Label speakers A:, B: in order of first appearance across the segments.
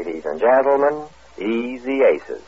A: Ladies and gentlemen, Easy Aces.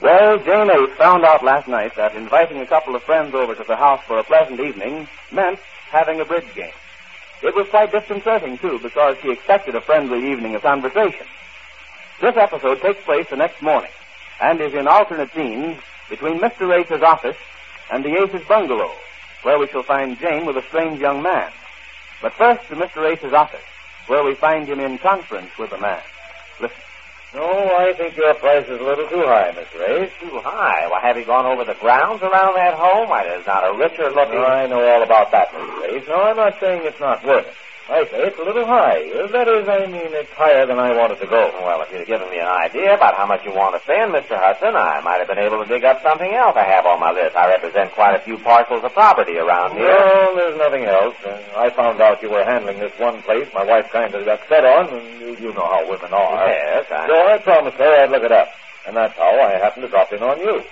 A: Well, Jane A found out last night that inviting a couple of friends over to the house for a pleasant evening meant having a bridge game. It was quite disconcerting, too, because she expected a friendly evening of conversation. This episode takes place the next morning and is in alternate scenes between Mr. Ace's office and the Ace's bungalow, where we shall find Jane with a strange young man. But first to Mr. Ace's office, where we find him in conference with a man. Listen. No, I think your price is a little too high, Miss Race. Too high? Well, have you gone over the grounds around that home? Why, there's not a richer looking. I know all about that, Miss Race. No, I'm not saying it's not worth it. I say it's a little high. That is, I mean, it's higher than I wanted to go. Well, if you'd given me an idea about how much you want to spend, Mr. Hudson, I might have been able to dig up something else I have on my list. I represent quite a few parcels of property around here. Well, there's nothing else. Uh, I found out you were handling this one place my wife kind of got set on, and you, you know how women are. Yes, I... So I promised her I'd look it up, and that's how I happened to drop in on you.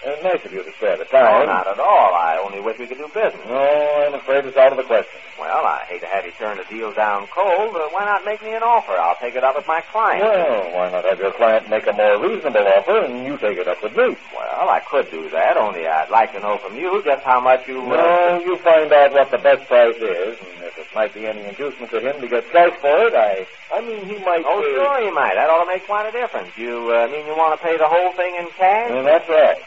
A: Uh, nice of you to spare the time. Oh, not at all. I only wish we could do business. No, oh, I'm afraid it's out of the question. Well, I hate to have you turn a deal down cold. Uh, why not make me an offer? I'll take it up with my client. Well, why not have your client make a more reasonable offer and you take it up with me? Well, I could do that, only I'd like to know from you just how much you... uh, Well, you find out what the best price is, and if it might be any inducement to him to get price for it, I... I mean, he might... Oh, sure he might. That ought to make quite a difference. You uh, mean you want to pay the whole thing in cash? that's right.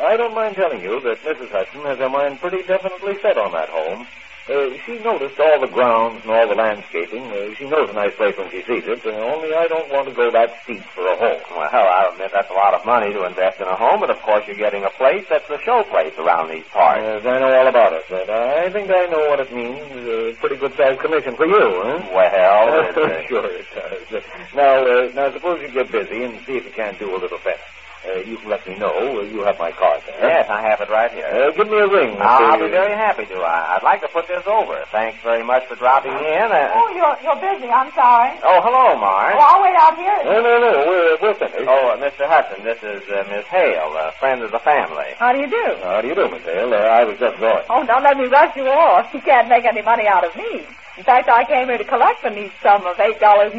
A: I don't mind telling you that Mrs. Hudson has her mind pretty definitely set on that home. Uh, she noticed all the grounds and all the landscaping. Uh, she knows a nice place when she sees it, uh, only I don't want to go that steep for a home. Well, I admit that's a lot of money to invest in a home, but of course you're getting a place that's a show place around these parts. Yes, I know all about it, but I think I know what it means. A pretty good-sized commission for you, huh? Well, uh, sure it does. Now, uh, now suppose you get busy and see if you can't do a little better. Uh, you can let me know. Uh, You have my card there. Yes, I have it right here. Uh, give me a ring. I'll, be very happy to. I, I'd like to put this over. Thanks very much for dropping in. Uh,
B: Oh, you're, you're busy. I'm sorry.
A: oh, hello, Marge.
B: Well, I'll wait out here.
A: No, no, no. We're, we're finished. Oh, uh, Mr. Hudson, this is uh, Miss Hale, a friend of the family.
B: How do you do?
A: How do you do, Miss Hale? Uh, I was just going.
B: Oh, don't let me rush you off. You can't make any money out of me. In fact, I came here to collect the neat sum of $8.50.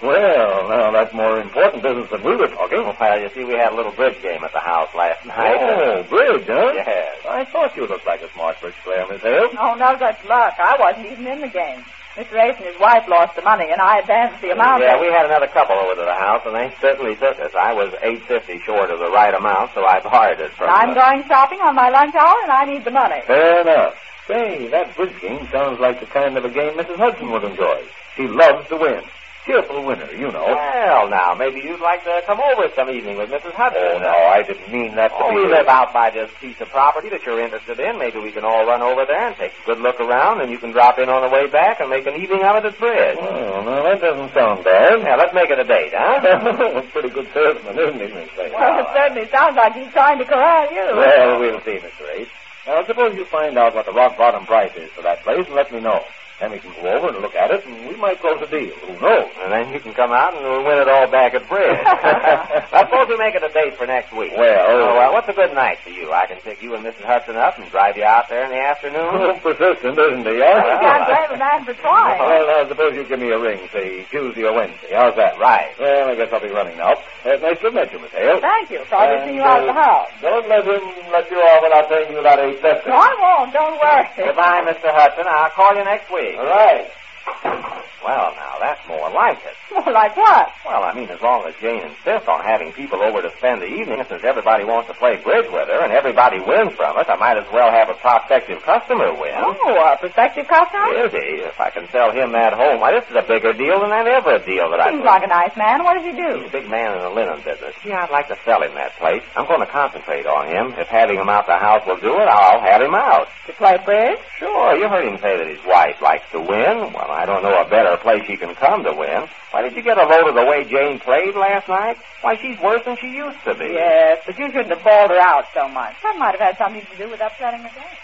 A: Well, now that's more important business than we were talking. Well, you see, we had a little bridge game at the house last night. Oh, bridge, huh? Yes. I thought you looked like a smart bridge player, Miss Hale.
B: Oh, no such luck. I wasn't even in the game. Mr. Ace and his wife lost the money, and I advanced the amount.
A: Yeah, we had another couple over to the house, and they certainly took us. I was eight fifty short of the right amount, so I borrowed it from.
B: I'm
A: them.
B: going shopping on my lunch hour, and I need the money.
A: Fair enough. Say, that bridge game sounds like the kind of a game Mrs. Hudson would enjoy. She loves to win.
C: cheerful winter, you know.
A: Well, now, maybe you'd like to come over some evening with Mrs.
C: Oh,
A: Hudson.
C: no, I didn't mean that to
A: Oh,
C: be.
A: we live out by this piece of property that you're interested in. Maybe we can all run over there and take a good look around, and you can drop in on the way back and make an evening out of the bridge.
C: Oh, no, that doesn't sound bad.
A: Yeah, let's make it a date, huh?
C: That's pretty good salesman, isn't he, Miss Bailey?
D: Well, it certainly sounds like he's trying to corral you.
C: Well, we'll see, Miss Grace. Now, suppose you find out what the rock bottom price is for that place and let me know. Then we can go over and look at it, and we might close a deal. Who knows?
A: and then you can come out and we'll win it all back at bridge. let's suppose we make it a date for next week.
C: Well-
A: oh, well, what's a good night for you? I can pick you and Mrs. Hudson up and drive you out there in the afternoon.
C: persistent, isn't he?
D: You can't blame a man for trying.
C: Well, now, suppose you give me a ring, say, Tuesday or Wednesday. How's that?
A: Right.
C: Well, I guess I'll be running now. Uh, nice to meet you, Miss Hale.
D: Thank you. Sorry to see you out of the house.
C: Don't let him let you off without telling you about eight cents.
D: No, I won't. Don't worry.
A: Goodbye, Mr. Hudson. I'll call you next week.
C: All right.
A: Well, now, that's more like it.
D: Well, like what?
A: Well, I mean, as long as Jane insists on having people over to spend the evening, since everybody wants to play bridge with her and everybody wins from it, I might as well have a prospective customer win.
D: Oh, a prospective customer?
A: Really, if I can sell him that home, why, this is a bigger deal than that ever deal that I've
D: Seems like a nice man. What does he
A: He's
D: do?
A: a big man in the linen business. Gee, I'd like to sell him that place. I'm going to concentrate on him. If having him out the house will do it, I'll have him out.
D: To play bridge?
A: Sure, you heard him say that his wife likes to win. Well, I don't know a better place she can come to win. Why, did you get a load of the way Jane played last night? Why, she's worse than she used to be.
D: Yes, but you shouldn't have bawled her out so much. That might have had something to do with upsetting her game.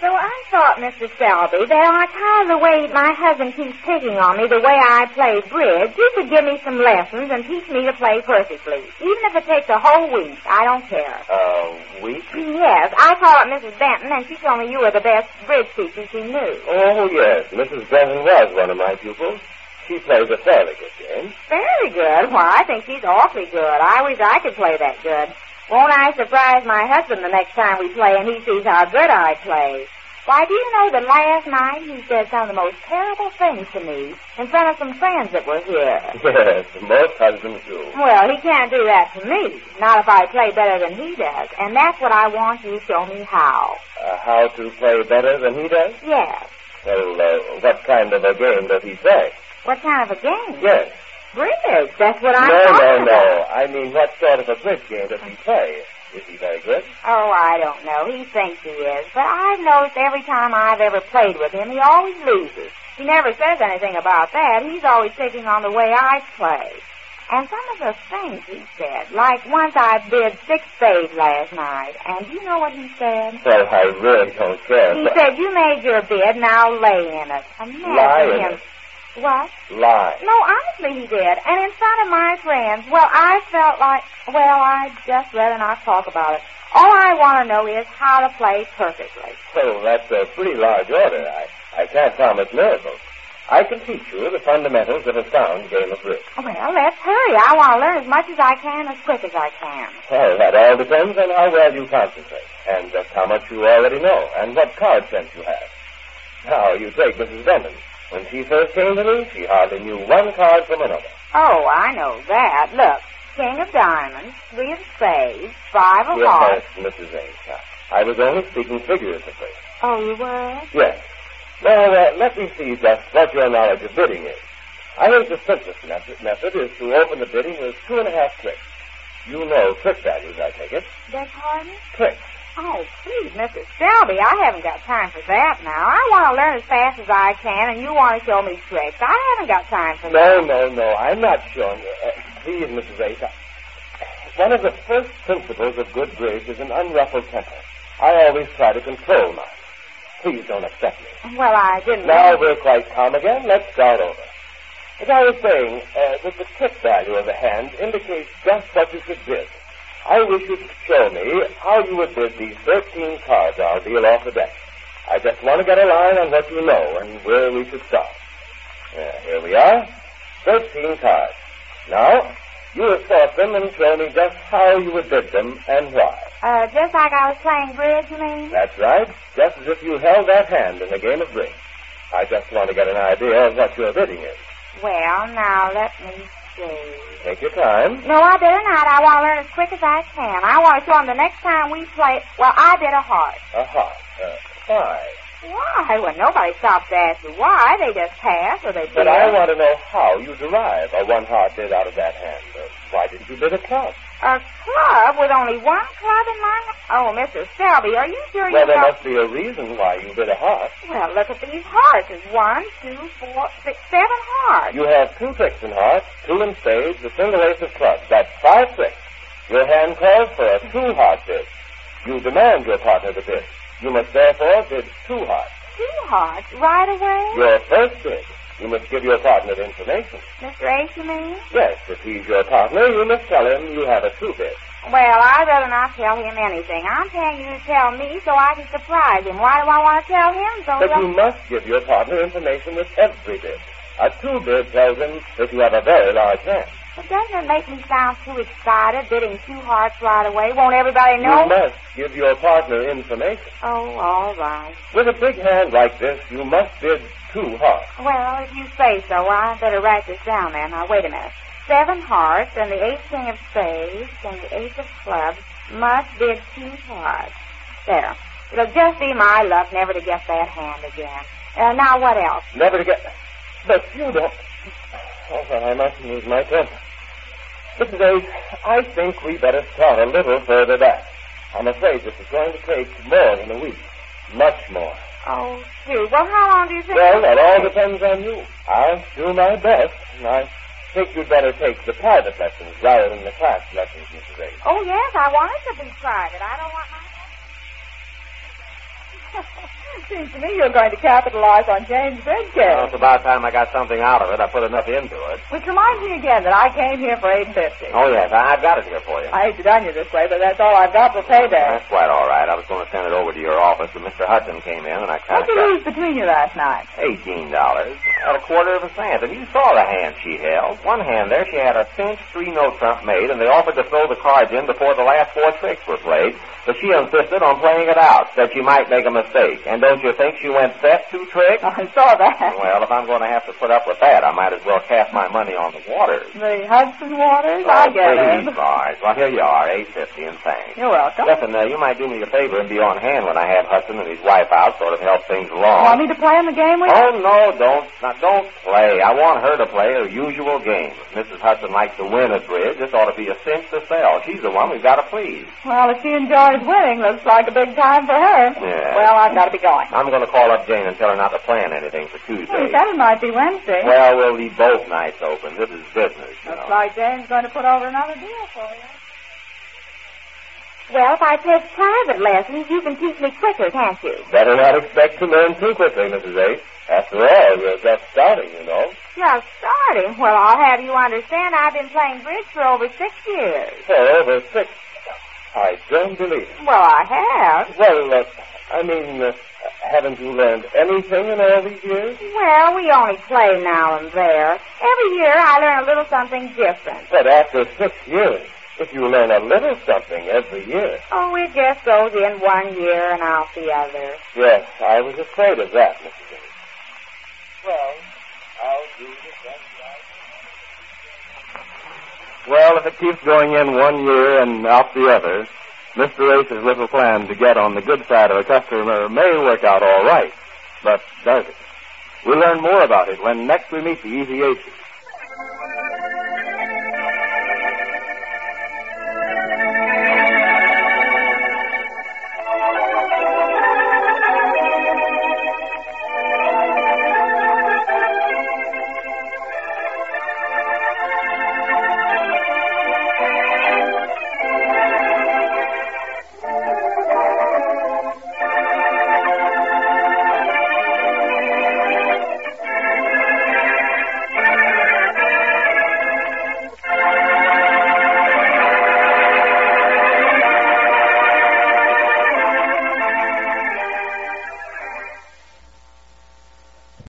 B: So I thought, Mr. Selby, that on account of the way my husband keeps picking on me, the way I play bridge, you could give me some lessons and teach me to play perfectly. Even if it takes a whole week, I don't care.
A: A week?
B: Yes, I called up Mrs. Benton, and she told me you were the best bridge teacher she knew.
C: Oh, yes. Mrs. Benton was one of my pupils. She plays a fairly good game.
B: Very good. Why, I think she's awfully good. I wish I could play that good. Won't I surprise my husband the next time we play and he sees how good I play? Why, do you know that last night he said some of the most terrible things to me in front of some friends that were here?
C: Yes, most husbands do.
B: Well, he can't do that to me. Not if I play better than he does. And that's what I want you to show me how.
C: Uh, how to play better than he does?
B: Yes.
C: Well, uh, what kind of a game does he play?
B: What kind of a game?
C: Yes.
B: Bridge. That's what I'm
C: no,
B: talking
C: no,
B: about.
C: no. I mean, what sort of a bridge game does he play? Is he very good?
B: Oh, I don't know. He thinks he is. But I've noticed every time I've ever played with him, he always loses. He never says anything about that. He's always picking on the way I play. And some of the things he said, like once I bid six spades last night, and do you know what he said?
C: Well, I really don't care.
B: He
C: but
B: said, you made your bid, now lay in it.
C: Lie in
B: Imagine him.
C: it.
B: What?
C: Lie.
B: No, honestly, he did. And in front of my friends, well, I felt like, well, I'd just rather not talk about it. All I want to know is how to play perfectly.
C: Well, that's a pretty large order. I, I can't promise miracles. I can teach you the fundamentals of a sound game of bridge.
B: Well, let's hurry. I want to learn as much as I can, as quick as I can.
C: Well, that all depends on how well you concentrate, and just how much you already know, and what card sense you have. Now, you take Mrs. Benton. When she first came to me, she hardly knew one card from another.
B: Oh, I know that. Look, king of diamonds, three of spades, five of
C: Yes,
B: hearts.
C: Mrs. Ames. uh, I was only speaking figuratively.
B: Oh, you were?
C: Yes. Now, uh, let me see just what your knowledge of bidding is. I think the simplest method, method is to open the bidding with two and a half tricks. You know trick values, I take it.
B: Beg pardon?
C: Tricks.
B: Oh, please, Mr. Selby, I haven't got time for that now. I want to learn as fast as I can, and you want to show me tricks. I haven't got time for that.
C: No, no, no. I'm not showing you. Uh, please, Mrs. Ace. I- One of the first principles of good bridge is an unruffled temper. I always try to control mine. Please don't upset me.
B: Well, I didn't.
C: Now we're quite calm again. Let's start over. As I was saying, uh, that the tip value of the hand indicates just what you should bid. I wish you to show me how you would bid these 13 cards I'll deal off the deck. I just want to get a line on what you know and where we should start. Uh, here we are. 13 cards. Now, you assort them and show me just how you would bid them and why.
B: Uh, just like I was playing bridge, you mean?
C: That's right. Just as if you held that hand in a game of bridge. I just want to get an idea of what your bidding is.
B: Well, now let me see.
C: Take your time.
B: No, I better not. I want to learn as quick as I can. I want to show him the next time we play. Well, I bid a heart.
C: A heart. Uh, five.
B: Why? Well, nobody stopped to ask me why. They just passed or they
A: But I
B: did.
A: want to know how you derive a one heart did out of that hand. Uh, why didn't you bid a club?
B: A club with only one club in my... Oh, Mr. Selby, are you sure
A: Well,
B: you
A: there
B: know...
A: must be a reason why you bid a heart.
B: Well, look at these hearts. It's one, two, four, six, seven hearts.
A: You have two tricks in hearts, two in spades, a single ace of clubs. That's five tricks. Your hand calls for a two heart bid. You demand your partner to bid. You must therefore bid two hearts.
B: Two hearts right away?
A: Your first bid, you must give your partner the information.
B: Mr. Ace, you mean?
A: Yes, if he's your partner, you must tell him you have a two bid.
B: Well, I'd rather not tell him anything. I'm paying you to tell me so I can surprise him. Why do I want to tell him so
A: But
B: he'll...
A: you must give your partner information with every bid. A two bid tells him that you have a very large hand.
B: But doesn't it make me sound too excited, bidding two hearts right away? Won't everybody know?
A: You must give your partner information.
B: Oh, all right.
A: With a big hand like this, you must bid two hearts.
B: Well, if you say so, I better write this down then. Now, wait a minute. Seven hearts and the eight king of spades and the ace of clubs must bid two hearts. There. It'll just be my luck never to get that hand again. Uh, now, what else?
A: Never to get. But you don't. Oh, well, I must lose my temper. Mrs. Ace, I think we better start a little further back. I'm afraid this is going to take more than a week. Much more.
B: Oh, gee. Well, how long do you think?
A: Well, that all depends on you. I'll do my best, and I think you'd better take the private lessons rather than the class lessons, Mrs. Ace.
B: Oh, yes, I want it to be private. I don't want my...
D: Seems to me you're going to capitalize on Jane's
A: Well,
D: Bridgegate,
A: it's about time I got something out of it. I put enough into it.
D: which reminds me again that I came here for eight fifty.
A: Oh, yes, I, I've got it here for you.
D: I hate to done you this way, but that's all I've got for payday.
A: That's quite all right. I was going to send it over to your office, but Mr. Hudson came in, and I kind
D: What'd
A: of
D: you lose between you last night?
A: Eighteen dollars at a quarter of a cent, and you saw the hand she held. One hand there, she had a cinch three note trump made, and they offered to throw the cards in before the last four tricks were played, but she insisted on playing it out, said she might make a mistake. And don't you think she went set two tricks?
D: I saw that.
A: Well, if I'm going to have to put up with that, I might as well cast my money on the waters. Oh,
D: The Hudson Waters? I get
A: Please,
D: it.
A: Marge. Well, here you are, eight fifty, and thanks.
D: You're welcome.
A: Listen, uh, you might do me a favor and be on hand when I have Hudson and his wife out, sort of help things along.
D: Want me to play in the game with you?
A: Oh no, don't now, don't play. I want her to play her usual game. If Mrs. Hudson likes to win at bridge. This ought to be a cinch to sell. She's the one we've got to please.
D: Well, if she enjoys winning, looks like a big time for her.
A: Yeah.
D: Well, I've got to be going.
A: I'm going to call up Jane and tell her not to plan anything for
D: Hey,
A: Tuesday.
D: said it might be Wednesday.
A: Well, we'll leave both nights open. This is business, you
D: Looks
A: know.
D: like Jane's going to put over another deal for you.
B: Well, if I take private lessons, you can teach me quicker, can't you?
A: Better not expect to learn too quickly, Mrs. Ace. After all, we're just starting, you know.
B: Just starting. Well, I'll have you understand I've been playing bridge for over six years.
A: For over six. I don't believe it.
B: Well, I have.
A: Well, uh, I mean, uh, haven't you learned anything in all these years?
B: Well, we only play now and there. Every year I learn a little something different.
A: But after six years, if you learn a little something every year.
B: Oh, it just goes in one year and out the other.
A: Yes, I was afraid of that, Mrs. Davis. Well, I'll do the Well, if it keeps going in one year and out the other, Mr. Ace's little plan to get on the good side of a customer may work out all right, but does it? We'll learn more about it when next we meet the E Easy Aces.